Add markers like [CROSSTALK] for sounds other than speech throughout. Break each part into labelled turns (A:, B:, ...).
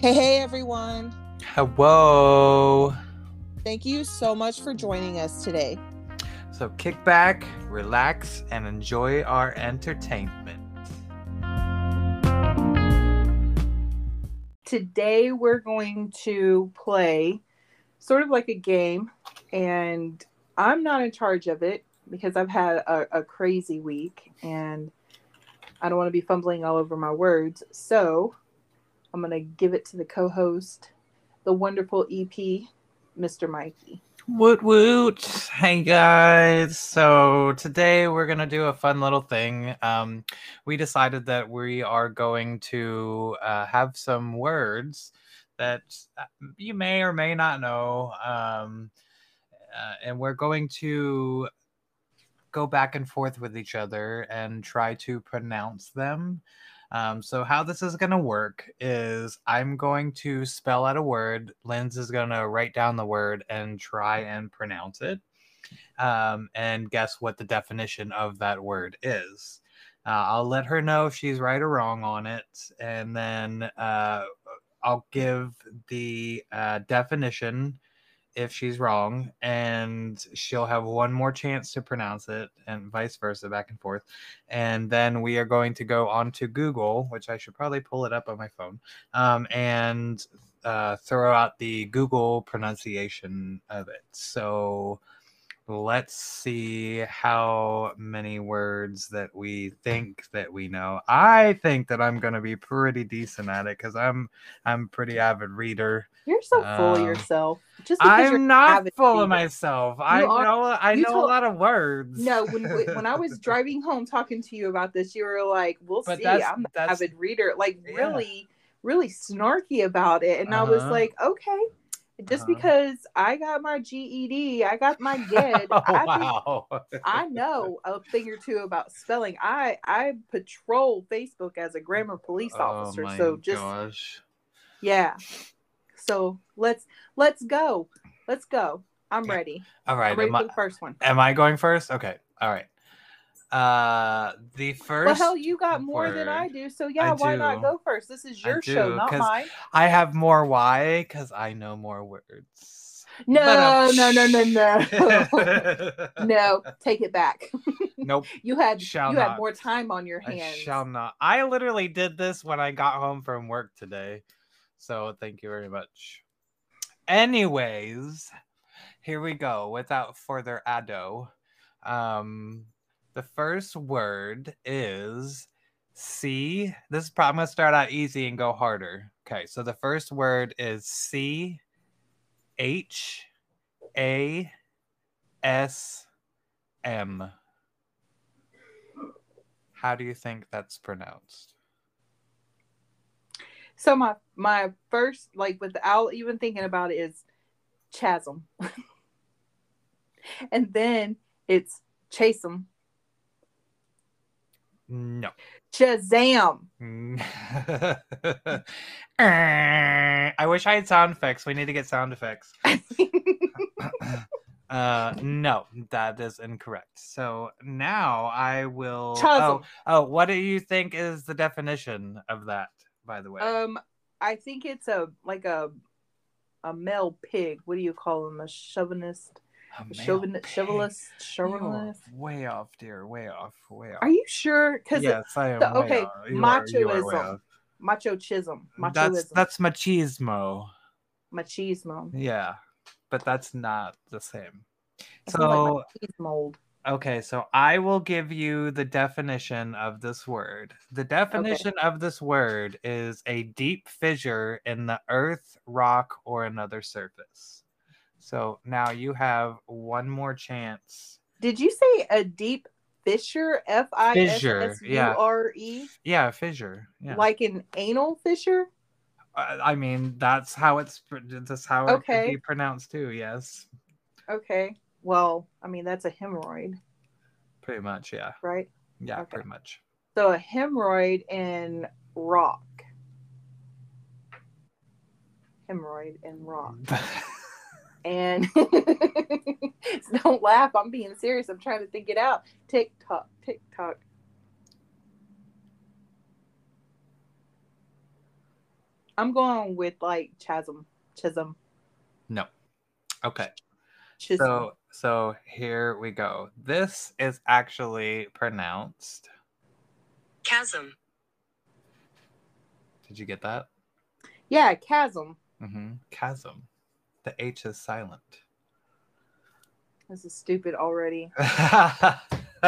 A: Hey, hey, everyone.
B: Hello.
A: Thank you so much for joining us today.
B: So kick back, relax, and enjoy our entertainment.
A: Today, we're going to play sort of like a game, and I'm not in charge of it because I've had a, a crazy week and I don't want to be fumbling all over my words. So I'm going to give it to the co host, the wonderful EP, Mr. Mikey.
B: Woot woot. Hey guys. So today we're going to do a fun little thing. Um, we decided that we are going to uh, have some words that uh, you may or may not know. Um, uh, and we're going to go back and forth with each other and try to pronounce them. Um, so how this is going to work is I'm going to spell out a word. Linz is going to write down the word and try and pronounce it. Um, and guess what the definition of that word is. Uh, I'll let her know if she's right or wrong on it. And then uh, I'll give the uh, definition if she's wrong. And she'll have one more chance to pronounce it and vice versa, back and forth and then we are going to go on to Google, which I should probably pull it up on my phone, um, and uh, throw out the Google pronunciation of it. So let's see how many words that we think that we know. I think that I'm going to be pretty decent at it because I'm I'm a pretty avid reader.
A: You're so full of
B: Um,
A: yourself. Just because you're
B: I'm not
A: avid
B: full
A: reader.
B: of myself. I
A: are-
B: know I
A: you
B: know a
A: told-
B: lot of [LAUGHS] words.
A: No, when when I was driving home talking to you about this, you were like, "We'll
B: But
A: see."
B: that's-
A: I'm an
B: that's-
A: avid reader, like
B: Yeah.
A: really, really snarky about it, and I was
B: Uh-huh.
A: like, "Okay." Just
B: Uh-huh.
A: because I got my GED, I got my GED,
B: [LAUGHS] Oh,
A: I, think
B: wow.
A: [LAUGHS] I know a thing or two about spelling. I I patrol Facebook as a grammar police officer, so just
B: Oh gosh.
A: yeah. So let's let's go, let's go. I'm
B: Yeah.
A: ready.
B: All right,
A: I'm ready
B: am
A: for
B: I,
A: the first one.
B: am I going first? Okay, all right. Uh, the
A: Well,
B: first
A: hell, you got more than I
B: word.
A: do, so yeah,
B: I
A: why not
B: do.
A: go first? This is
B: I
A: your show,
B: do,
A: not
B: 'cause-
A: mine.
B: I have more why because I know more words. uh,
A: No,
B: Ba-dum.
A: no, no, no, [LAUGHS] no, no. Take it back.
B: [LAUGHS] nope,
A: You had
B: Shall
A: you had
B: not.
A: more time on your
B: I
A: hands.
B: shall not. I literally did this when I got home from work today, so thank you very much. Anyways, here we go without further ado um the first word is c this is probably I'm gonna start out easy and go harder okay so the first word is c h a s m how do you think that's pronounced
A: So my my first, like without even thinking about it, is chasm, [LAUGHS] and then it's chasm,
B: no [LAUGHS] Eh,
A: Shazam. [LAUGHS]
B: I wish I had sound effects. We need to get sound effects. uh, no, that is incorrect. So now I will.
A: Chasm.
B: Oh, oh, what do you think is the definition of that? By the way,
A: Um, I think it's a like a a male pig. What do you call him? A chauvinist.
B: A male
A: Chauvin-
B: pig.
A: chivalrous,
B: You are
A: chivalrous.
B: Oh, Way off, dear. Way off. Way off.
A: Are you sure? Because
B: Yes, I am.
A: the-
B: way
A: okay,
B: off. You are- you are way
A: machoism.
B: off.
A: macho chism,
B: That's
A: machoism,
B: that's machismo.
A: machismo.
B: Yeah, but that's not the same.
A: That sounds like
B: So,
A: Mold.
B: okay, so I will give you the definition of this word. The definition of this word is a deep fissure in the earth, rock, or another surface. So now you have one more chance.
A: Did you say a deep fissure? F I S
B: Fissure,
A: S U
B: yeah.
A: R E,
B: Yeah, fissure. Yeah.
A: like an anal fissure.
B: I I mean, that's how it's pr- that's how it could
A: Okay.
B: be pronounced too. Yes,
A: Okay. Well, I mean that's a hemorrhoid,
B: pretty much. Yeah,
A: right?
B: yeah,
A: Okay.
B: pretty much.
A: So a hemorrhoid and rock. Hemorrhoid and rock. and [LAUGHS] don't laugh. I'm being serious. I'm trying to think it out. Tick tock, tick tock. I'm going with like chasm, chism,
B: No. [LAUGHS] Okay.
A: [LAUGHS] chism.
B: So so here we go. This is actually pronounced.
C: Chasm.
B: Did you get that?
A: yeah, chasm
B: Mm-hmm. Chasm. The H is silent.
A: This is stupid already.
B: [LAUGHS]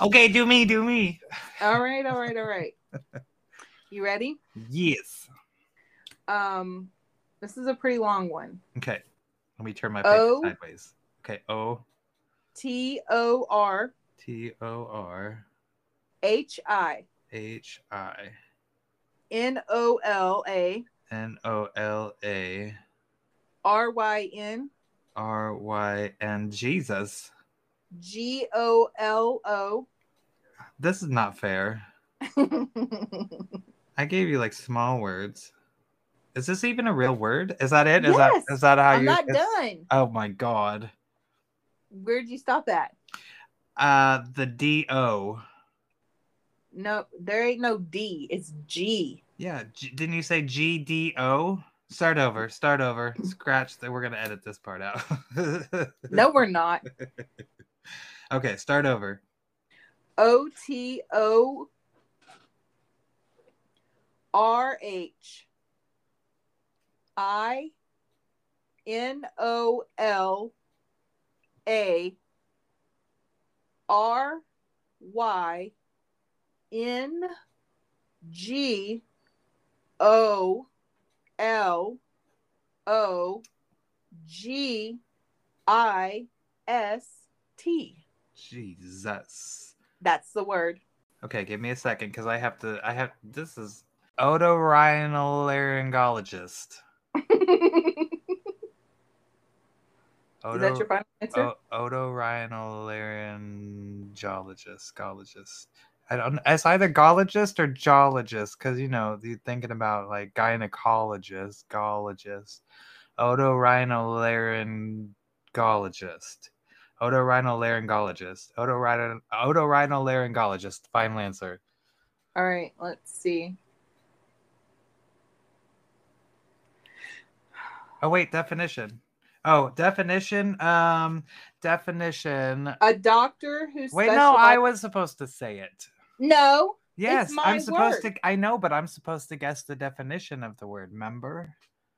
B: okay, do me, do me.
A: All right, all right, all right. You ready?
B: Yes.
A: Um, this is a pretty long one.
B: Okay. Let me turn my paper
A: O.
B: sideways. Okay. O
A: T O R
B: T O R
A: H I
B: H I
A: N O L A
B: N O L A
A: R Y N
B: R Y N Jesus.
A: G O L O.
B: This is not fair. I gave you like small words. Is this even a real word? Is that it? Is
A: Yes.
B: that is that how
A: I'm
B: you?
A: not
B: is-
A: done.
B: Oh my god.
A: Where'd you stop at?
B: Uh, the D O.
A: No, there ain't no D. It's G.
B: Yeah, G- didn't you say G D O? Start over.
A: [CLEARS THROAT]
B: Start over. Scratch that. We're gonna edit this part out. [LAUGHS]
A: No, we're not.
B: Okay, start over.
A: O T O R H I N O L A R Y N G O L O G I S T.
B: Jesus.
A: That's the word.
B: Okay, give me a second because I have to. I have. This is otorhinolaryngologist.
A: Is that your final answer?
B: O- otorhinolaryngologist, gologist. I don't. It's either gologist or geologist, because you know you're thinking about like gynecologist, gologist, otorhinolaryngologist, otorhinolaryngologist, otorhin- otorhinolaryngologist. Final answer.
A: All right, let's see.
B: Oh wait, definition. Oh, definition. Um, definition.
A: A doctor who
B: Wait, no, I
A: speciali-
B: was supposed to say it.
A: no.
B: Yes,
A: my
B: I'm supposed
A: word.
B: to. I know, but I'm supposed to guess the definition of the word. Member.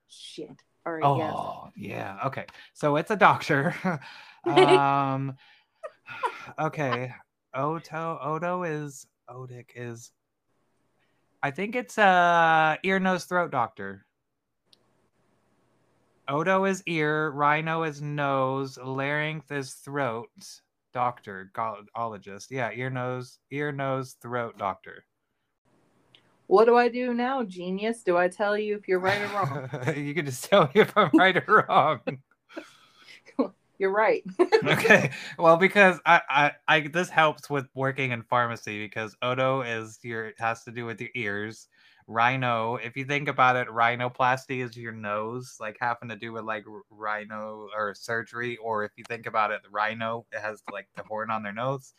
A: Shit. All right. yes.
B: Oh, yeah. Okay, so it's a doctor. [LAUGHS] um, [SIGHS] okay. Oto Odo is Odic is. I think it's a ear, nose, throat doctor. Odo is ear, rhino is nose, larynx is throat doctor, gologist. Yeah, ear, nose, ear, nose, throat doctor.
A: What do I do now, genius? Do I tell you if you're right or
B: [LAUGHS]
A: wrong?
B: you can just tell me if I'm right or
A: [LAUGHS]
B: wrong.
A: You're right.
B: okay. Well, because I, I, I, this helps with working in pharmacy because Odo is your it has to do with your ears. Rhino, if you think about it, rhinoplasty is your nose, like having to do with like r- rhino or surgery. Or if you think about it, rhino, it has like the horn on their nose.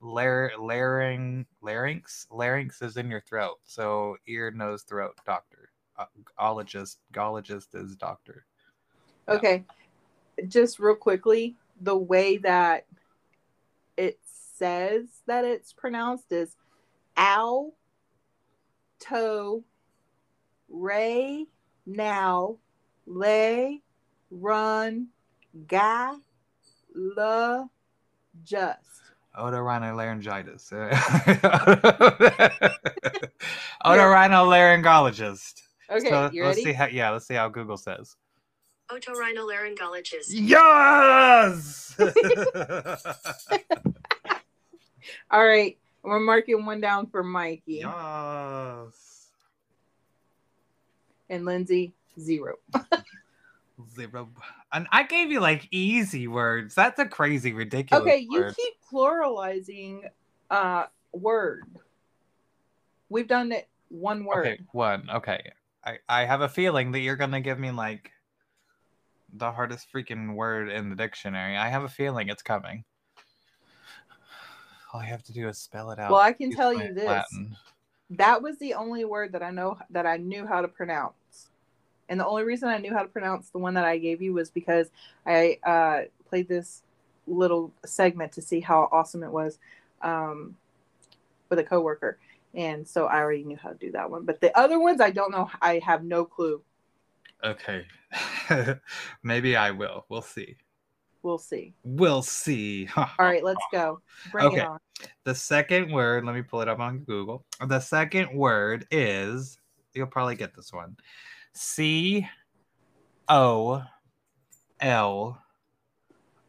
B: Lar- laryng, larynx, larynx is in your throat. So ear, nose, throat, doctor. Uh, Ologist, gologist is doctor.
A: Okay. Just real quickly, the way that it says that it's pronounced is ow toe ray now lay run guy la just
B: [LAUGHS]
A: [LAUGHS]
B: Otorhinolaryngologist. Otorhinolaryngologist.
A: okay
B: So
A: you
B: let's
A: ready
B: see how yeah, let's see how Google says.
C: Otorhinolaryngologist.
B: Yes.
A: all right we're marking one down for mikey
B: [LAUGHS] yes.
A: and lindsay zero
B: Zero. And I gave you like easy words. That's a crazy, ridiculous.
A: okay you
B: word.
A: keep pluralizing uh word we've done it one word
B: Okay, one. Okay. I, I have a feeling that you're gonna give me like the hardest freaking word in the dictionary. I have a feeling it's coming. All I have to do is spell it out.
A: well i can
B: Use
A: tell
B: my
A: you this
B: Latin.
A: That was the only word that I know that I knew how to pronounce. And the only reason I knew how to pronounce the one that I gave you was because I uh, played this little segment to see how awesome it was um, with a coworker. And so I already knew how to do that one. But the other ones, I don't know. I have no clue.
B: Okay. [LAUGHS] Maybe I will. We'll see.
A: We'll see.
B: We'll see. [LAUGHS]
A: All right, let's go. Bring
B: Okay.
A: it on.
B: The second word, let me pull it up on Google. The second word is, you'll probably get this one C O L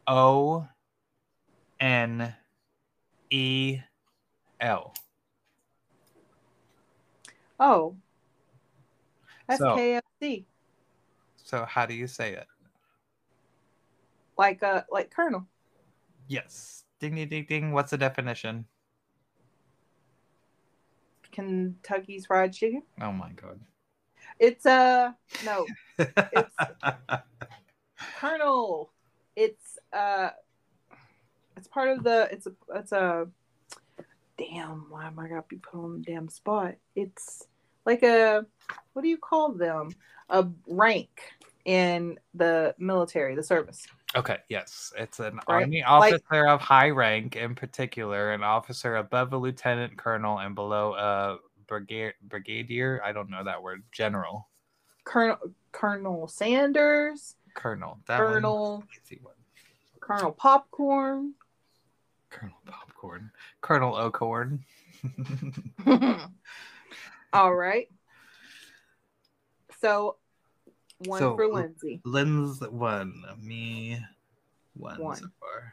B: O N E L.
A: Oh, that's
B: So-
A: KFC,
B: So, how do you say it?
A: like uh, like Colonel.
B: Yes. Ding, ding, ding, ding. What's the definition?
A: Kentucky's Fried Chicken.
B: Oh my God.
A: It's uh no
B: [LAUGHS]
A: Colonel. It's uh, it's part of the. It's a. It's a. Damn! Why am I gonna be put on the damn spot? It's like a. What do you call them? A rank in the military, the service.
B: Okay, yes. It's an
A: Right?
B: army
A: Like-
B: officer of high rank in particular, an officer above a lieutenant colonel and below a brigadier, brigadier I don't know that word, general,
A: Colonel Colonel Sanders,
B: colonel. That one-
A: Colonel
B: easy one.
A: Colonel Popcorn.
B: Colonel Popcorn. Colonel O'Corn. [LAUGHS]
A: [LAUGHS] All right. So one
B: So,
A: for
B: l-
A: Lindsay.
B: Lens one, me one,
A: One.
B: so far.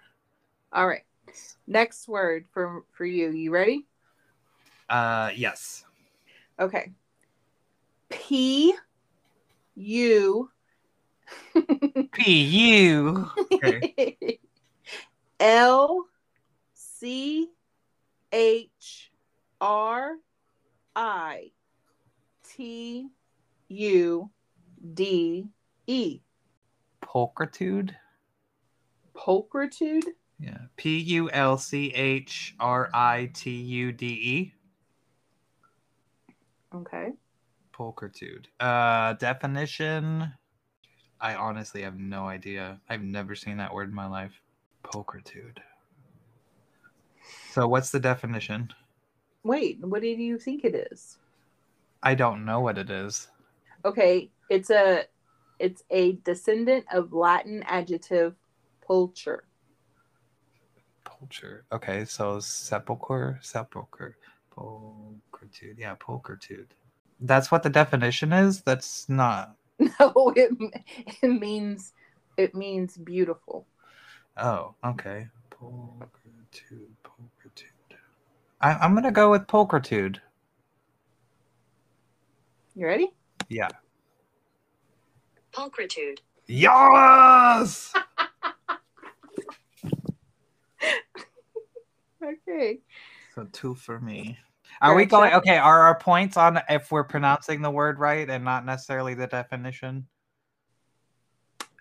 A: All right. Next word for for you. You ready?
B: Uh, yes.
A: Okay. P U
B: P
A: [LAUGHS]
B: U. Okay.
A: L C H R I T U D E.
B: Pulchritude.
A: Pulchritude?
B: Yeah. P U L C H R I T U D E.
A: Okay.
B: Pulchritude. Uh, definition. I honestly have no idea. I've never seen that word in my life. Pulchritude. So, what's the definition?
A: Wait, what did you think it is?
B: I don't know what it is.
A: Okay, it's a it's a descendant of Latin adjective pulcher. [LAUGHS]
B: Pulcher. Okay, so sepulcher, sepulcher, pulchritude. Yeah, pulchritude. That's what the definition is. That's not.
A: No, it it means it means beautiful.
B: Oh, okay. Pulchritude. Pulchritude. I, I'm gonna go with pulchritude.
A: You ready?
B: Yeah.
C: Pulchritude.
B: Yes.
A: Okay.
B: So two for me. Are we
A: Gotcha.
B: going okay? Are our points on if we're pronouncing the word right and not necessarily the definition?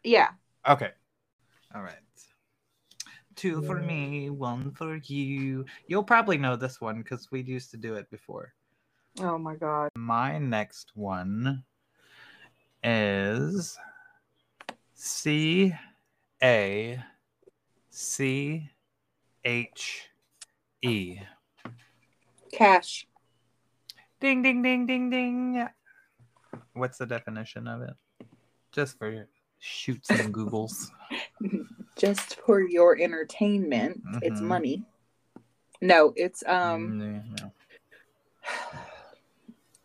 A: Yeah.
B: Okay. All right. Two for me, one for you. You'll probably know this one because we used to do it before.
A: Oh my god.
B: My next one is C A C H E.
A: Cash.
B: Ding, ding, ding, ding, ding. What's the definition of it? Just for shoots and googles.
A: Just for your entertainment. It's
B: Mhm.
A: money. No, it's um
B: Mm, yeah.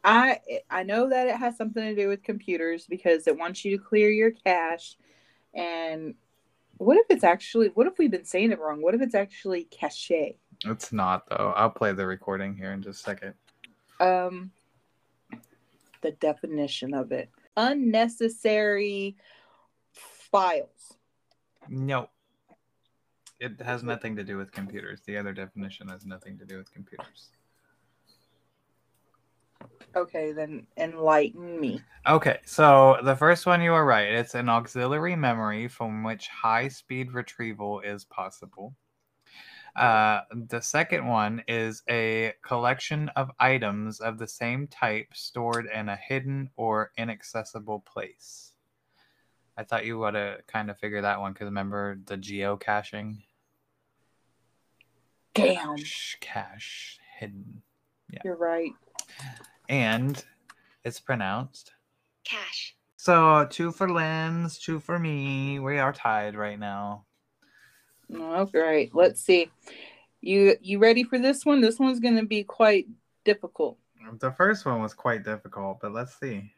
A: I I know that it has something to do with computers because it wants you to clear your cache. And what if it's actually what if we've been saying it wrong? What if it's actually cache?
B: it's not though. I'll play the recording here in just a second.
A: Um the definition of it. Unnecessary files.
B: No. It has nothing to do with computers. The other definition has nothing to do with computers.
A: Okay, then enlighten me.
B: Okay, so the first one you are right. It's an auxiliary memory from which high speed retrieval is possible. Uh, the second one is a collection of items of the same type stored in a hidden or inaccessible place. I thought you would have kind of figured that one because remember the geocaching?
A: Damn.
B: Cache, cache, hidden.
A: You're right.
B: And it's pronounced.
C: Cash.
B: So two for Lynn's, two for me. We are tied right now.
A: All right. Let's see. You you ready for this one? This one's gonna be quite difficult.
B: The first one was quite difficult, but let's see.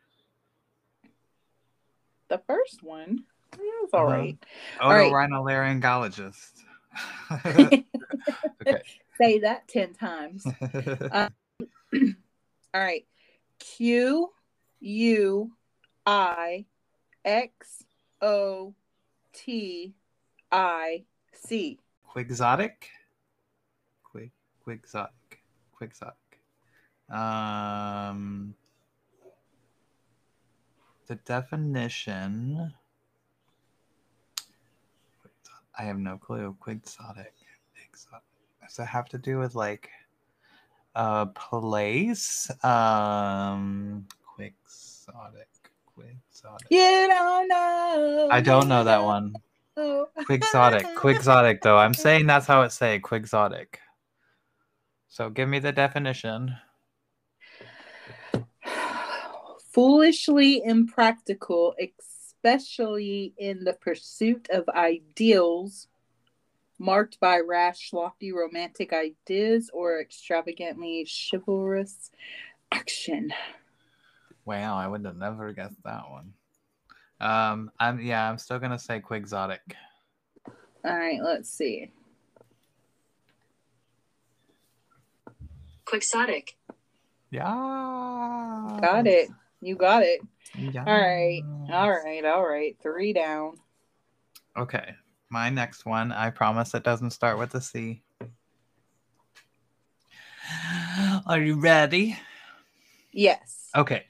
A: The first one. yeah, It's all
B: Uh-huh.
A: right. right. [LAUGHS]
B: Otorhinolaryngologist. [LAUGHS]
A: Say that ten times. [CLEARS THROAT]
B: okay.
A: All right. Q U I X O T I C.
B: Quixotic. Quick, quixotic, quixotic. Um, the definition. I have no clue. Quixotic. Quixotic. Does it have to do with like a place? Um, quixotic. Quixotic.
A: You don't know. Oh,
B: I don't know that
A: you
B: one.
A: don't know.
B: Quixotic. Quixotic, though. I'm saying that's how it's say Quixotic. So give me the definition.
A: [SIGHS] Foolishly impractical, especially in the pursuit of ideals marked by rash, lofty romantic ideas or extravagantly chivalrous action.
B: Wow, I would have never guessed that one. Um, I'm yeah, I'm still gonna say Quixotic.
A: All right, let's see.
C: Quixotic.
B: Yeah.
A: Got it. You got it. All right. All right. All right. Three down.
B: Okay. My next one, I promise it doesn't start with a C. Are you ready?
A: Yes.
B: Okay.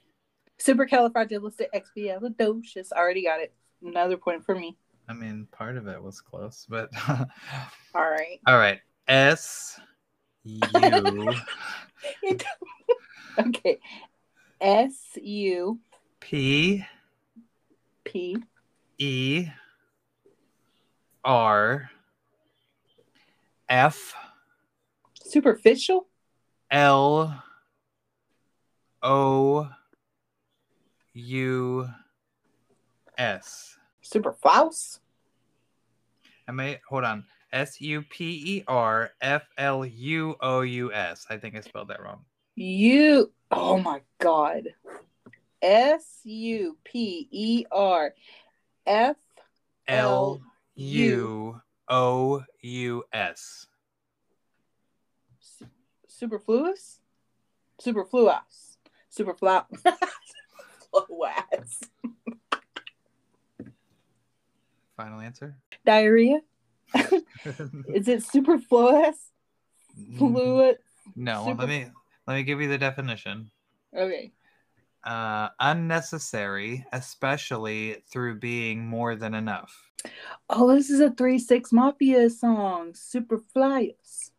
A: Supercalifragilisticexpialidocious. Already got it. Another point for me.
B: I mean, part of it was close, but [LAUGHS]
A: All right.
B: All right. S [LAUGHS] U
A: [LAUGHS] okay. S U
B: P
A: P
B: E R F
A: superficial
B: L O U S.
A: super false
B: I may hold on. S U P E R F L U O U S. I think I spelled that wrong.
A: you oh my god S U P E R F
B: L
A: L
B: U O U S.
A: su- superfluous superfluous superfluous [LAUGHS] superfluous
B: Final answer. [LAUGHS]
A: diarrhea is it superfluous
B: Mm-hmm.
A: fluid
B: No,
A: Super-
B: let me let me give you the definition.
A: okay
B: Uh, unnecessary, especially through being more than enough.
A: oh this is a 3 6 mafia song superfluous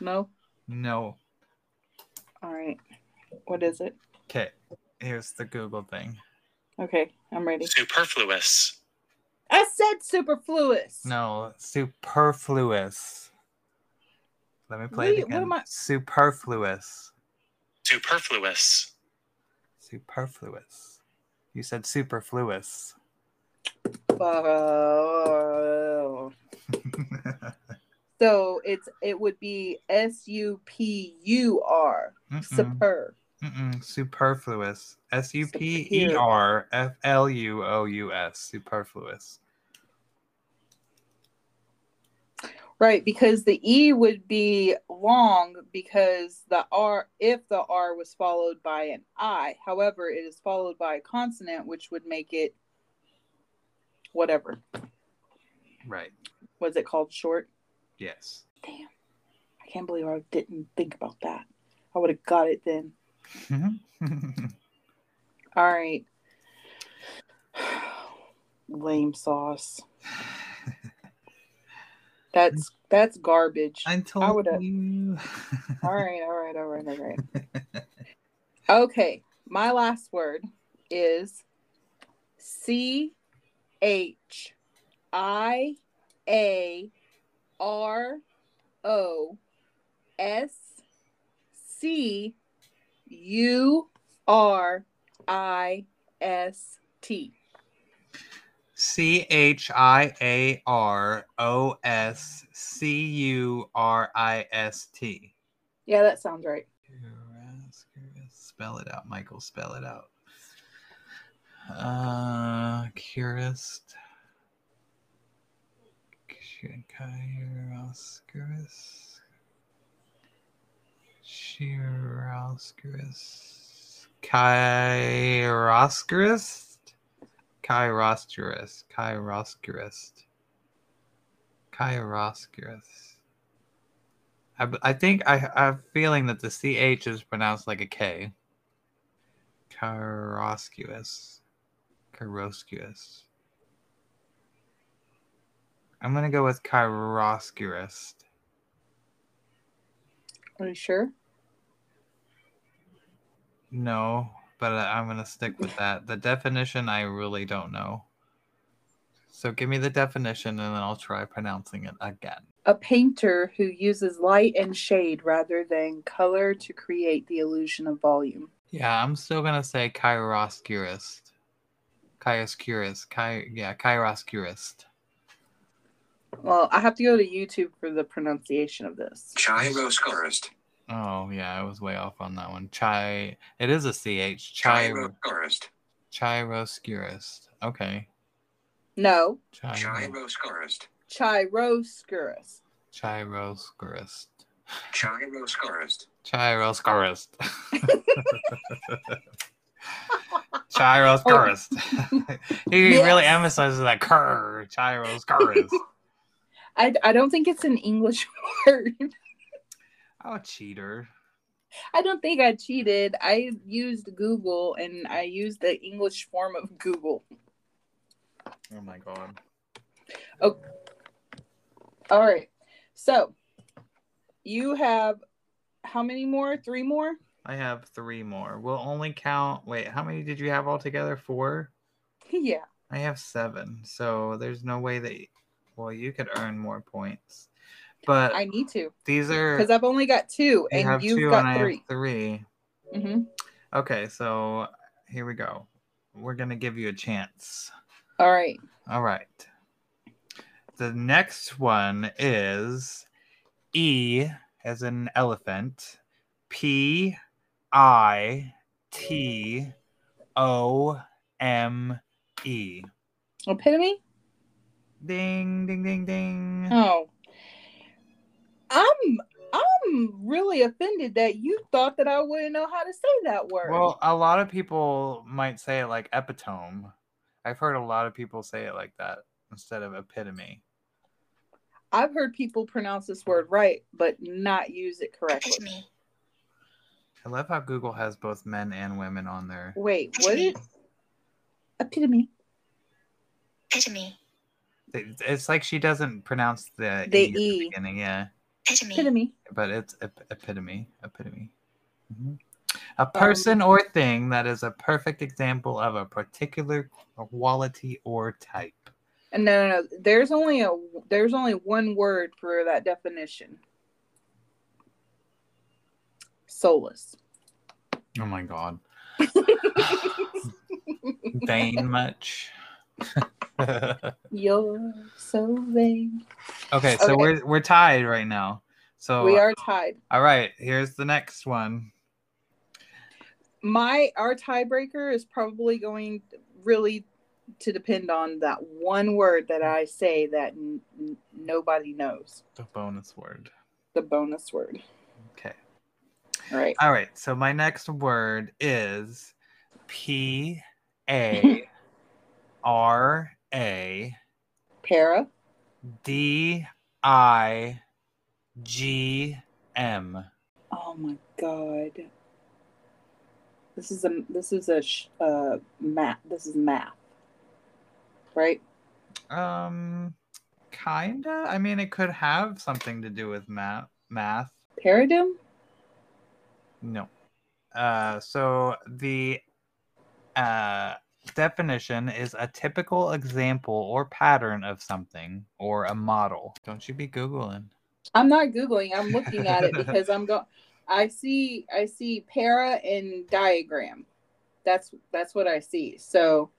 A: no
B: No.
A: all right what is it
B: Okay. Here's the Google thing.
A: okay i'm ready
D: Superfluous.
A: I said superfluous.
B: No, superfluous. Let me play
A: Wait,
B: it
A: what
B: again.
A: am I-
B: Superfluous.
D: Superfluous.
B: Superfluous. You said superfluous.
A: Oh. [LAUGHS] so it's it would be S U P U R.
B: Mm-mm.
A: Super.
B: Mm-mm, superfluous. S U P E
A: Superior.
B: R F L U O U S. Superfluous.
A: Right, because the E would be long because the R if the R was followed by an I. However, it is followed by a consonant which would make it whatever.
B: Right.
A: Was it called short?
B: Yes. [LAUGHS]
A: Damn. I can't believe I didn't think about that. I would have got it then. Mm-hmm. [LAUGHS] All right. [SIGHS] Lame sauce. That's that's garbage.
B: I [LAUGHS] told
A: would've-
B: you.
A: All right, all right, all right, all right. Okay, my last word is C H I A R O S C U R I S T.
B: [LAUGHS] C H I A R O S C U R I S T.
A: Yeah, that sounds right.
B: Spell it out, Michael. Spell it out. Uh, Curist. Kyroscurus. Kyroscurus. Kyroscurus. Kyroscurus. Kyroscurus. Kyroscurus. I, b- I think I I'm feeling that the ch is pronounced like a k. Kyroscurus. Kyroscurus. I'm gonna go with Kyroscurus.
A: Are you sure?
B: No, but I, I'm gonna stick with that. The definition I really don't know. So give me the definition and then I'll try pronouncing it again.
A: a painter who uses light and shade rather than color to create the illusion of volume.
B: Yeah, I'm still gonna say Kyroscurus. Kyroscurus. Ky- yeah, Kyroscurus.
A: Well, I have to go to YouTube for the pronunciation of this.
E: Gyroscorist.
B: Oh yeah, I was way off on that one. Chai. It is a ch. Chiro.
E: Gyroscorist.
B: Chiroscurist. Okay.
A: No,
B: Chiro.
E: Gyroscorist.
A: chiroscurus.
B: Chiroscurist.
E: Gyroscorist.
B: Chiroscurist. Chiroscurist. he really
A: Yes.
B: emphasizes that cur. Chiroscurist.
A: I, I don't think it's an English [LAUGHS] word.
B: oh, cheater.
A: I don't think I cheated. I used Google and I used the English form of Google.
B: Oh my god.
A: All right. So you have how many more? Three more? [LAUGHS]
B: I have three more. We'll only count. Wait, how many did you have altogether? Four.
A: yeah.
B: I have seven, so there's no way that. Well, you could earn more points, but
A: I need to
B: these are
A: because I've only got two
B: you
A: and
B: have
A: you've
B: two and I
A: got
B: have
A: three.
B: three.
A: hmm
B: Okay, so here we go. We're gonna give you a chance.
A: All right.
B: All right. The next one is E as an elephant, P I T O M E.
A: Epitome?
B: Ding, ding, ding, ding.
A: Oh. I'm I'm really offended that you thought that I wouldn't know how to say that word.
B: Well, a lot of people might say it like epitome. I've heard a lot of people say it like that instead of epitome.
A: I've heard people pronounce this word right, but not use it correctly.
C: Epitome.
B: I love how Google has both men and women on there.
A: Wait, what is epitome?
C: Epitome.
B: It- It's like she doesn't pronounce the,
A: The
B: e, at the
A: E.
B: beginning, yeah,
C: Epitome.
A: Epitome.
B: but it's ep- epitome, epitome. Mhm. A
A: Um,
B: person or thing that is a perfect example of a particular quality or type.
A: And no, no, no. There's only a there's only one word for that definition. Soulless.
B: Oh my god. [LAUGHS] Vain [LAUGHS] much.
A: You're so vain.
B: Okay, so
A: Okay.
B: we're we're tied right now. So
A: we are tied.
B: all right, here's the next one.
A: my our tiebreaker is probably going really to depend on that one word that I say that n- n- nobody knows.
B: The bonus word.
A: The bonus word.
B: Okay.
A: All right.
B: All right. So my next word is P A R A
A: Para.
B: D I G M.
A: Oh my god. This is a this is a sh- uh, math. This is math. Right.
B: Um Kinda. I mean, it could have something to do with math. Math.
A: Paradigm?
B: No. Uh, so the uh, definition is a typical example or pattern of something or a model. Don't you be googling?
A: I'm not googling. I'm looking at it because I'm going. I see. I see para and diagram. That's that's what I see. So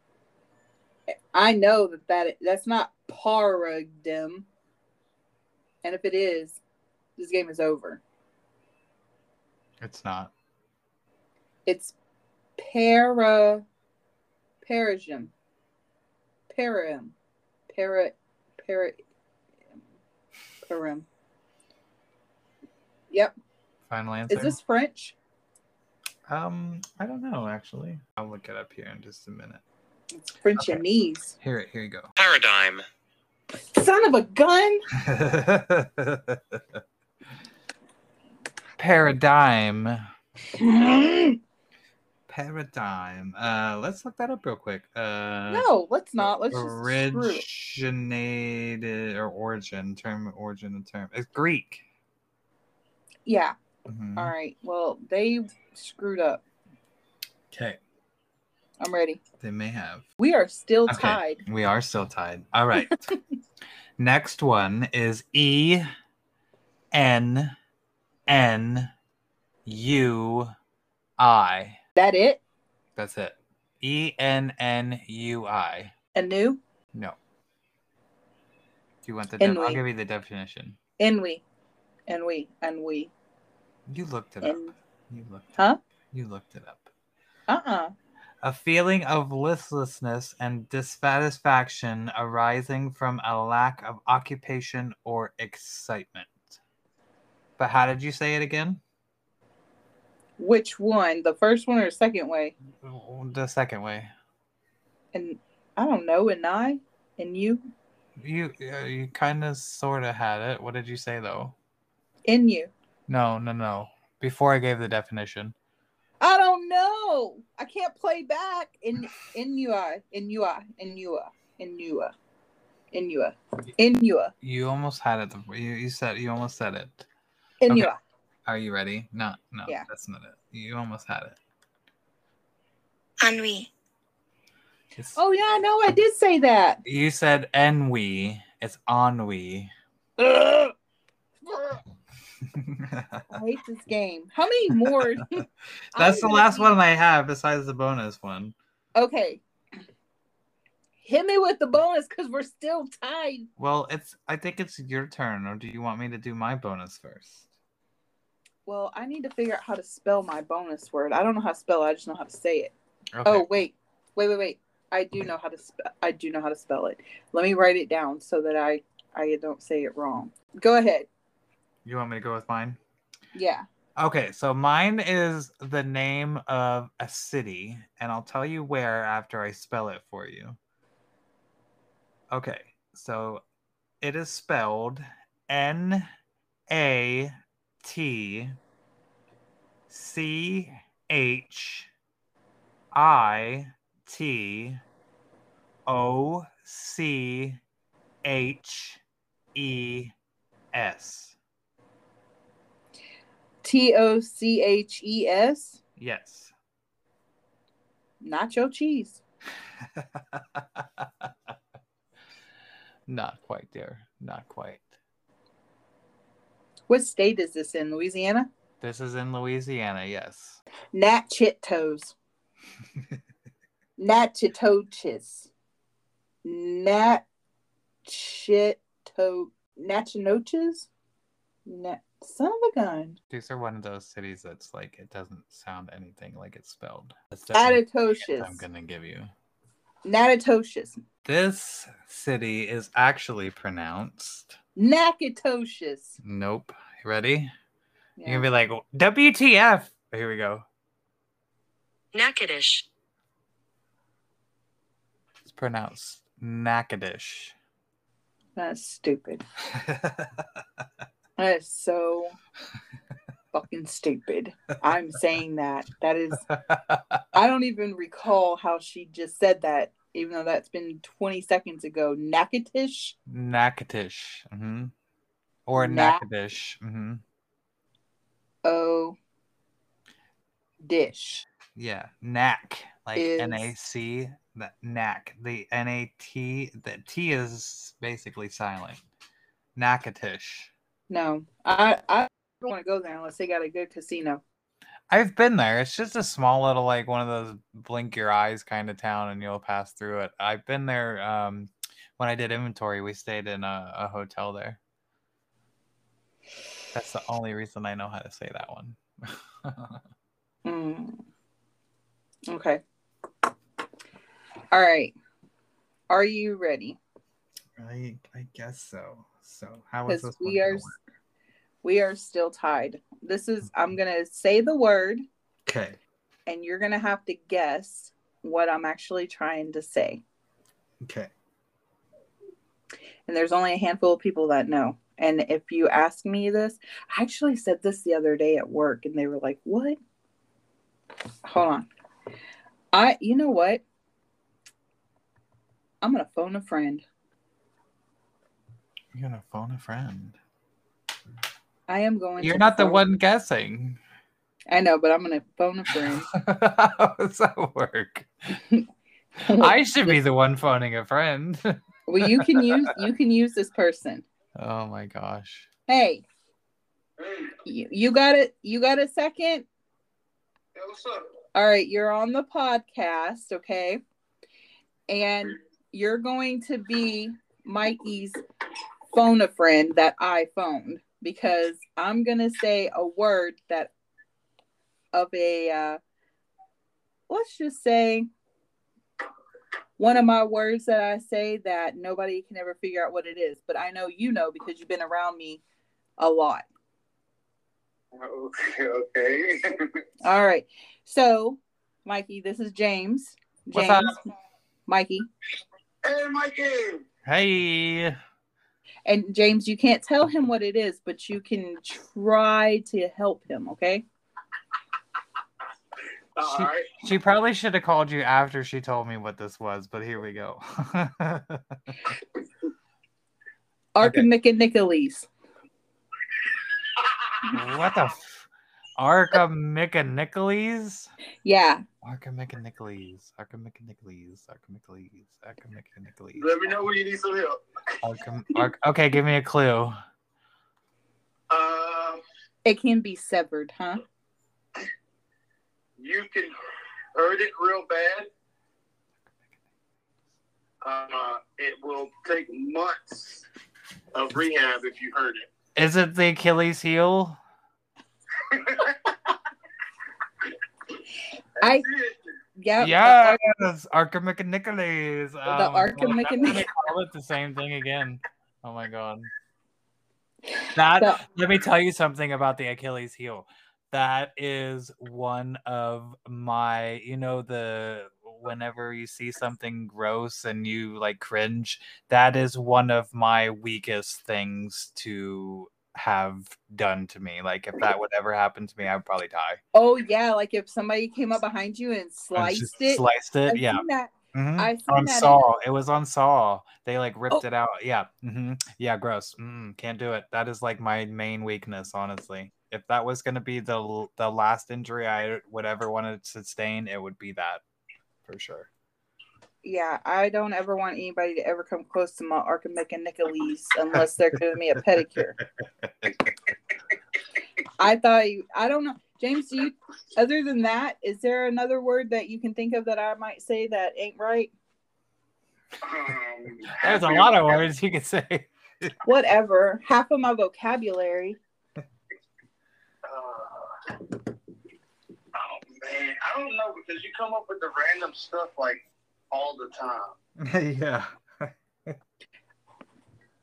A: I know that that that's not paradigm. And if it is, this game is over.
B: It's not.
A: It's para paradigm. Param. Para para param. Yep.
B: Final answer.
A: Is this French?
B: Um, I don't know actually. I'll look it up here in just a minute.
A: It's French and knees.
B: Here it. Here you go. [LAUGHS]
D: Paradigm.
A: Son of a gun.
B: paradigm paradigm uh let's look that up real quick uh
A: no, let's not. Let's just screw it.
B: originated or origin term origin of term it's greek
A: Yeah.
B: Mhm.
A: All right. Well, they screwed up.
B: okay
A: I'm ready.
B: they may have
A: We are still
B: Okay.
A: tied.
B: we are still tied all
A: [LAUGHS]
B: right next one is e n n u i
A: That it?
B: That's it. E N N U I.
A: Anu?
B: No. Do you want the?
A: And
B: Def- I'll
A: we-
B: give you the definition.
A: Enwi. Enwi. Enwi.
B: You looked it up.
A: En-
B: You looked. it
A: Huh?
B: up. You looked it up.
A: uh-uh.
B: A feeling of listlessness and dissatisfaction arising from a lack of occupation or excitement. But how did you say it again?
A: Which one? The first one or second way?
B: The second way.
A: And I don't know. And I? And you?
B: You uh, you kind of sort of had it. What did you say though?
A: In you.
B: No, no, no. Before I gave the definition.
A: I don't know. I can't play back. In in UI. In UI. In UI. In UI. In UI. In UI.
B: You almost had it. The, you, you said you almost said it.
A: In
B: Okay.
A: UI.
B: Are you ready? No, no,
A: Yeah.
B: that's not it. You almost had it.
C: Ennui.
B: It's-
A: Oh yeah, I know. I did say that.
B: [LAUGHS] You said ennui. It's ennui. [LAUGHS]
A: Ugh. Ugh. I hate this game. How many more?
B: [LAUGHS] that's the
A: gonna
B: last
A: be-
B: one I have besides the bonus one.
A: Okay. Hit me with the bonus because we're still tied.
B: Well, it's. I think it's your turn. Or do you want me to do my bonus first?
A: Well, I need to figure out how to spell my bonus word. I don't know how to spell it. I just know how to say it.
B: Okay.
A: Oh wait, wait, wait, wait. I do know how to spe- I do know how to spell it. Let me write it down so that I I don't say it wrong. Go ahead.
B: You want me to go with mine?
A: Yeah.
B: Okay, so mine is the name of a city, and I'll tell you where after I spell it for you. Okay, so it is spelled N A T C H I T O C H E S.
A: T O C H E S.
B: Yes.
A: Nacho cheese.
B: [LAUGHS] Not quite there. Not quite.
A: What state is this in? Louisiana.
B: This is in Louisiana, yes.
A: Nat Chittos. Natchitoches. Natchito. Natchinoches? Nat- Son of a gun.
B: These are one of those cities that's like it doesn't sound anything like it's spelled. That's the hint I'm
A: Natatoches.
B: gonna give you.
A: Natatoches.
B: This city is actually pronounced.
A: Nakatoches.
B: Nope. Ready?
A: Yeah.
B: You're gonna be like WTF. Here we go.
F: Natchitoches.
B: It's pronounced Natchitoches. [LAUGHS]
A: That's stupid. That is so fucking stupid. I'm saying that. That is I don't even recall how she just said that. even though that's been 20 seconds ago. Nakatish.
B: Nakatish. hmm Or
A: Na-
B: Nakatish. hmm
A: O. Dish.
B: Yeah. Knack. Like
A: Is-
B: N A C. The knack. The N A T. The T is basically silent. Nakatish.
A: No, I I don't want to go there unless they got a good casino.
B: I've been there. It's just a small little like one of those blink your eyes kind of town and you'll pass through it. I've been there um when I did inventory, we stayed in a, a hotel there. That's the only reason I know how to say that [LAUGHS] one.
A: Mm. Okay. All right. Are you ready?
B: I I guess so. So how is
A: Because
B: this? one
A: we
B: gonna
A: are
B: work?
A: we are still tied. This is I'm gonna say the word,
B: okay.
A: and you're gonna have to guess what I'm actually trying to say.
B: Okay.
A: and there's only a handful of people that know. And if you ask me this, I actually said this the other day at work, and they were like, "What? Hold on, I you know what? I'm gonna phone a friend.
B: You're gonna phone a friend.
A: I am going.
B: You're
A: to
B: not the
A: phone-
B: one guessing. [LAUGHS]
A: I know, but I'm gonna phone a friend.
B: how does that work? I should be the one phoning a friend. [LAUGHS]
A: well, you can use you can use this person.
B: oh my gosh.
A: Hey, you, you got it. You got a second?
E: what's up?
A: All right, you're on the podcast, okay? And you're going to be Mikey's phone a friend that I phoned because I'm going to say a word that of a uh let's just say one of my words that I say that nobody can ever figure out what it is, but I know you know because you've been around me a lot.
E: Oh, Okay, okay. [LAUGHS]
A: All right. So, Mikey, this is James.
B: What's
A: James,
B: up?
A: Mikey,
E: hey, Mikey!
B: Hey.
A: and James, you can't tell him what it is, but you can try to help him. Okay.
E: All right.
B: She probably should have called you after she told me what this was, but here we go. [LAUGHS] Okay.
A: Archimicanicoles.
B: what the f- Archimicanicoles?
A: Yeah.
B: Archimicanicoles. Archimicanicoles. Archimicanicoles. Archimicanicoles.
E: Let me know when you need some help.
B: Archim- Arch- okay, give me a clue.
E: Um,
A: It can be severed, huh?
E: you can hurt it real bad. Uh, it will take months of rehab if you hurt it.
B: Is it the Achilles heel?
A: I-
E: That's it.
A: Yeah.
B: yes, Oh Archimicanicoles. The
A: Archimicanicoles.
B: Call it the same thing again. Oh my god. That
A: The-
B: let me tell you something about the Achilles heel. That is one of my, you know, the whenever you see something gross and you like cringe, that is one of my weakest things to have done to me. Like if that would ever happen to me, I'd probably die.
A: Oh yeah, like if somebody came up behind you and
B: I've
A: sliced
B: just
A: it.
B: Sliced it.
A: I've
B: yeah.
A: seen that.
B: Mhm.
A: I've seen
B: on
A: that in-
B: Saw. It was on Saw. They like ripped
A: Oh.
B: it out. Yeah. hmm Yeah. Gross. Mm, can't do it. That is like my main weakness, honestly. If that was going to be the l- the last injury I would ever want to sustain, it would be that for sure.
A: Yeah, I don't ever want anybody to ever come close to my Archimicanicoles unless they're giving me a pedicure. I thought you, I don't know. James, do you, other than that, is there another word that you can think of that I might say that ain't right?
E: Um,
B: There's a lot of words you could say. [LAUGHS]
A: Whatever. Half of my vocabulary.
E: Uh, oh man, I don't know because you come up with the random stuff like all the time.
B: yeah.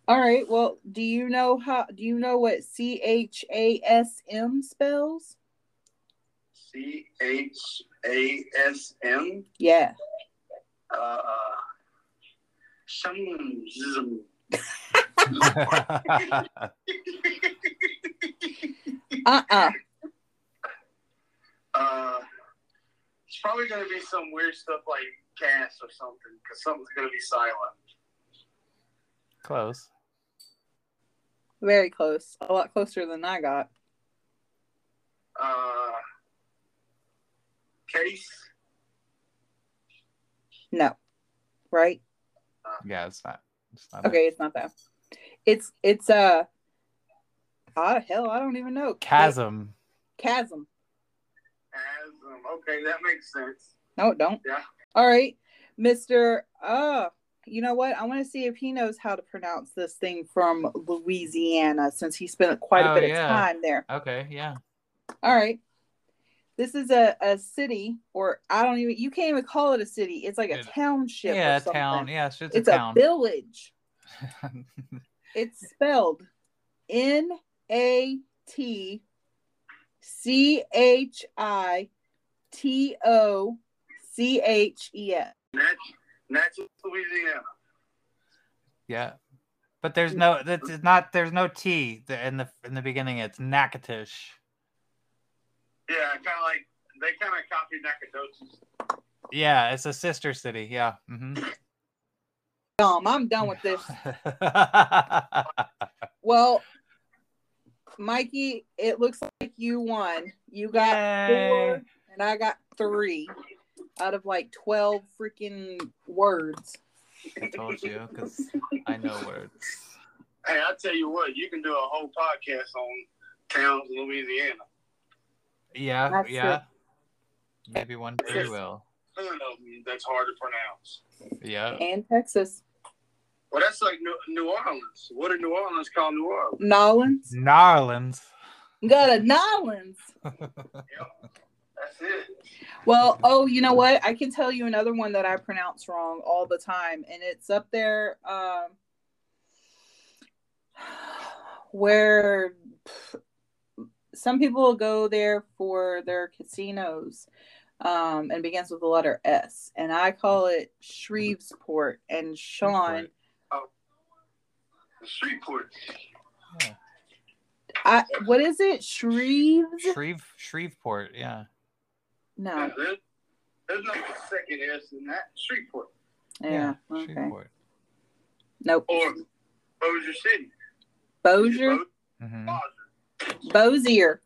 A: All right. Well, do you know how, do you know what C H A S M spells?
E: C H A S M.
A: Yeah.
E: Uh, shamanism.
A: Uh uh
E: Uh, it's probably gonna be some weird stuff like cast or something because something's going to be silent.
B: [LAUGHS] Close.
A: Very close. A lot closer than I got.
E: Uh, case.
A: No. Right?
B: Yeah, it's not. It's not it.
A: Okay, it's not that. It's it's uh ah hell, I don't even know.
B: Chasm.
A: Chasm.
E: As, um, okay, that makes sense.
A: No, it don't.
E: Yeah.
A: All right. Mr. Uh, you know what? I want to see if he knows how to pronounce this thing from Louisiana since he spent quite a
B: Oh,
A: bit
B: yeah.
A: of time there.
B: Okay. Yeah.
A: All right. This is a, a city, or I don't even, you can't even call it a city. It's like a
B: It-
A: township.
B: Yeah.
A: or something.
B: Town. Yeah. It's, just
A: It's
B: a
A: a
B: town.
A: village.
B: [LAUGHS]
A: It's spelled N A T C H I T O C H E S.
E: Natch- Natchez, Louisiana.
B: yeah. But there's no. That's it's not. There's no T th- in the in the beginning. It's Natchitoches.
E: Yeah, kind of like they kind of copied Nacogdoches.
B: Yeah. It's a sister city. Yeah. hmm
A: Dumb. I'm done with
B: [LAUGHS]
A: this.
B: this.
A: Well, Mikey, it looks like you won. You got four,
B: Yay.
A: and I got three out of like 12 freaking words.
B: I told you because I know words.
E: Hey, I tell you what, you can do a whole podcast on towns in Louisiana.
B: Yeah.
A: That's it.
B: yeah. Maybe one day will.
E: None of them that's hard to pronounce.
B: Yeah.
A: And Texas.
E: Well, that's like New, New Orleans. What did New Orleans call New Orleans?
A: Nolans.
B: Narlands.
A: Got a Nolans.
E: That's it.
A: Well, oh, you know what? I can tell you another one that I pronounce wrong all the time, and it's up there um, [SIGHS] where pff, some people go there for their casinos um, and begins with the letter S, and I call it Shreveport. And Sean,
E: The Shreveport.
A: I what is it? Shreves?
B: Shreve Shreveport, yeah.
A: No,
E: There's, there's no second S in that. Shreveport.
A: yeah, okay,
B: Shreveport.
A: nope.
E: Or Bossier City.
A: Bozier,
B: hmm
A: Mm.
E: Bossier.
A: Bozier,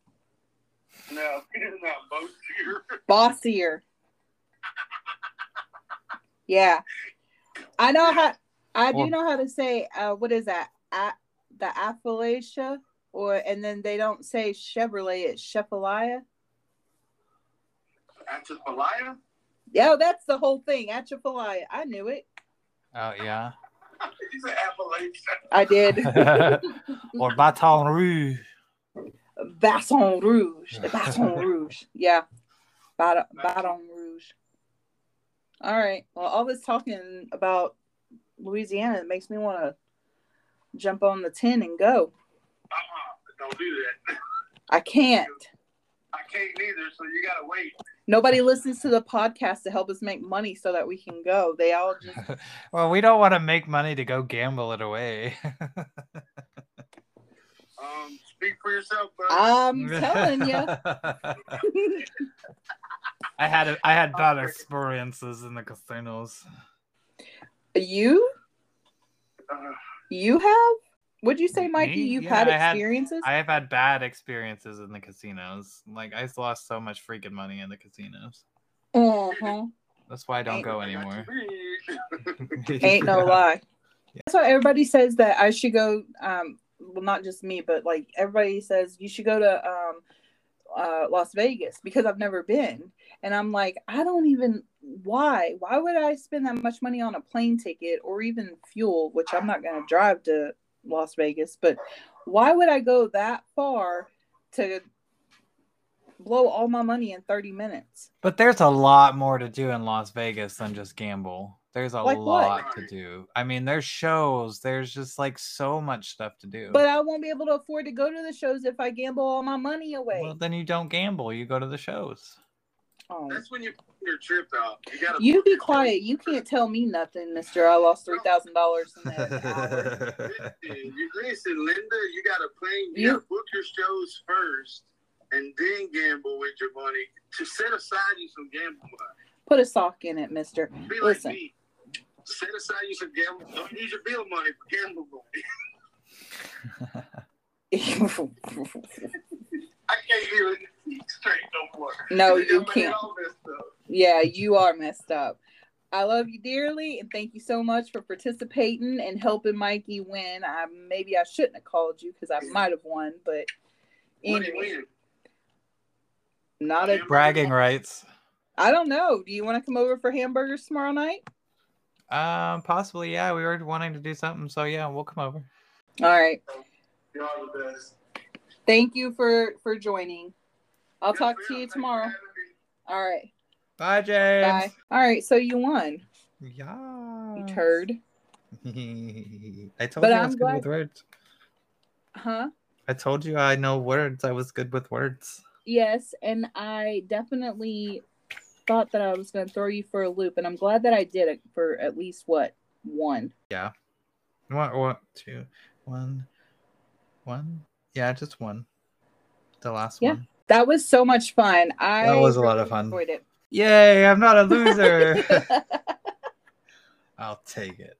E: [LAUGHS] No, not Bossier.
A: bossier. Yeah, I know how. I do
B: Or-
A: know how to say uh, what is that? A the Appalachia, or and then they don't say Chevrolet. It's Chevrolet.
E: Atchafalaya?
A: Yeah, that's the whole thing. Atchafalaya. I knew it.
B: Oh yeah.
E: [LAUGHS] He's an Appalachian.
A: I
B: [LAUGHS]
A: did.
B: or Baton Rouge.
A: Baton Rouge. The Baton Rouge. Yeah. Bat- Baton Rouge. All right. Well, all this talking about Louisiana it makes me want to jump on the tin and go.
E: Uh-uh. Don't do that.
A: I can't.
E: I can't neither, so you gotta wait.
A: Nobody listens to the podcast to help us make money so that we can go. They all just
B: well, we don't want to make money to go gamble it away.
E: Um, speak for yourself, bro.
B: [LAUGHS]
A: I'm telling you.
B: I had a, I had bad experiences in the casinos.
A: you
E: uh,
A: you have would you say Mikey
B: Me?
A: you've
B: Yeah,
A: had
B: I had-
A: experiences?
B: I have had bad experiences in the casinos. Like I lost so much freaking money in the casinos.
A: Uh-huh.
B: That's why I don't
A: Ain't
B: go
E: I got
B: anymore.
E: you
B: [LAUGHS]
E: beat.
A: Ain't no lie. That's why everybody says that I should go. Um, well, not just me, but like everybody says you should go to um, uh, Las Vegas because I've never been, and I'm like, I don't even why. Why would I spend that much money on a plane ticket or even fuel, which I'm not going to drive to Las Vegas, but why would I go that far to blow all my money in 30 minutes?
B: But there's a lot more to do in Las Vegas than just gamble. There's a
A: Like what?
B: lot to do. I mean, there's shows. There's just like so much stuff to do.
A: But I won't be able to afford to go to the shows if I gamble all my money away.
B: well, then you don't gamble. You go to the shows.
A: Oh.
E: That's when you plan your trip out. You gotta
A: You be quiet. You can't tell me nothing, Mister. I lost three thousand dollars in that
B: [LAUGHS]
A: hour.
E: You listen, Linda. You gotta plan. You
A: You-
E: gotta book your shows first, and then gamble with your money to set aside you some gamble money.
A: Put a sock in it, mister. [LAUGHS]
E: Be like
A: Listen.
E: me. Set aside use of gamble. Don't use your bill money for gambling. [LAUGHS] I can't do it straight no more.
A: no,
E: They
A: you
E: got me
A: can't.
E: all messed up.
A: Yeah, you are messed up. I love you dearly and thank you so much for participating and helping Mikey win. I maybe I shouldn't have called you because I might have won, but
E: What do you
A: anyway,
E: mean?
A: not a
B: Bragging rights.
A: I don't know. Do you want to come over for hamburgers tomorrow night?
B: Um, possibly, yeah. We were wanting to do something, so yeah, we'll come over.
A: All right.
E: Y'all the best.
A: Thank you for for joining. I'll
E: Yes,
A: talk
E: ma'am.
A: to you
E: Thanks for
A: tomorrow.
E: having me.
A: All right.
B: Bye, James.
A: Bye. All right. So you won,
B: Yeah.
A: you turd.
B: [LAUGHS] I told
A: But
B: you i
A: I'm
B: was
A: glad-
B: good with words.
A: Huh?
B: I told you I know words. I was good with words.
A: Yes. And I definitely thought that I was going to throw you for a loop. And I'm glad that I did it for at least what? One.
B: What? What? Two, one, one. Yeah, just one. The last
A: Yeah.
B: one.
A: That was so much fun. I
B: That was a lot of fun.
A: enjoyed it.
B: Yay!
A: [LAUGHS]
B: I'm not a loser. [LAUGHS] I'll take it.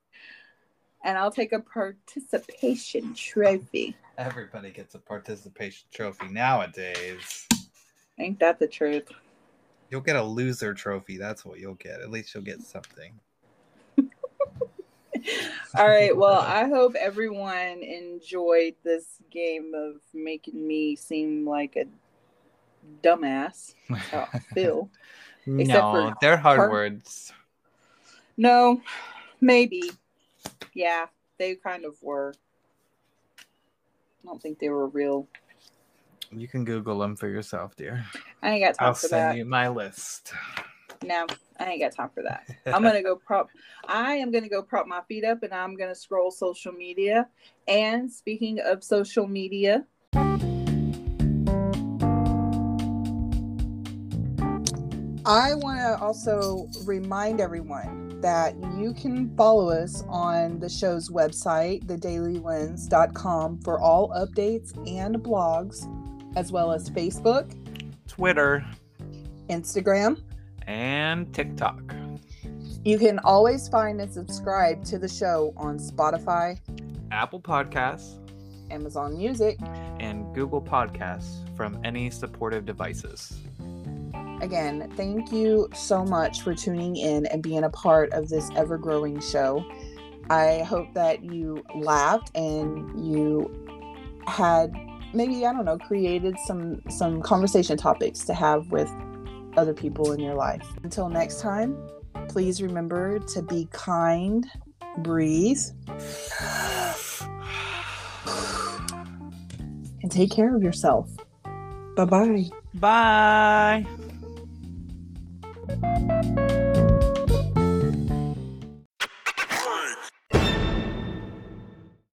A: and I'll take a participation trophy.
B: Everybody gets a participation trophy nowadays.
A: Ain't that the truth? [LAUGHS]
B: You'll get a loser trophy. That's what you'll get. At least you'll get something.
A: All right. Well, I hope everyone enjoyed this game of making me seem like a dumbass. [LAUGHS]
B: [LAUGHS]
A: Oh, Phil. Except
B: no,
A: for
B: they're hard
A: her.
B: words.
A: No, maybe. Yeah, they kind of were. I don't think they were real.
B: You can Google them for yourself, dear.
A: I ain't got time
B: I'll
A: for
B: send
A: that.
B: you my list.
A: No, I ain't got time for that. I'm gonna go prop. I am gonna go prop my feet up, and I'm gonna scroll social media. And speaking of social media, I want to also remind everyone that you can follow us on the show's website, thedailylens.com, for all updates and blogs, as well as Facebook,
B: [LAUGHS] Twitter
A: Instagram.
B: and TikTok.
A: You can always find and subscribe to the show on Spotify,
B: Apple Podcasts,
A: Amazon Music,
B: and Google Podcasts from any supportive devices.
A: Again, thank you so much for tuning in and being a part of this ever growing show. I hope that you laughed and you had maybe I don't know created some some conversation topics to have with other people in your life. Until next time, please remember to be kind, breathe, and take care of yourself. Bye-bye.
B: Bye.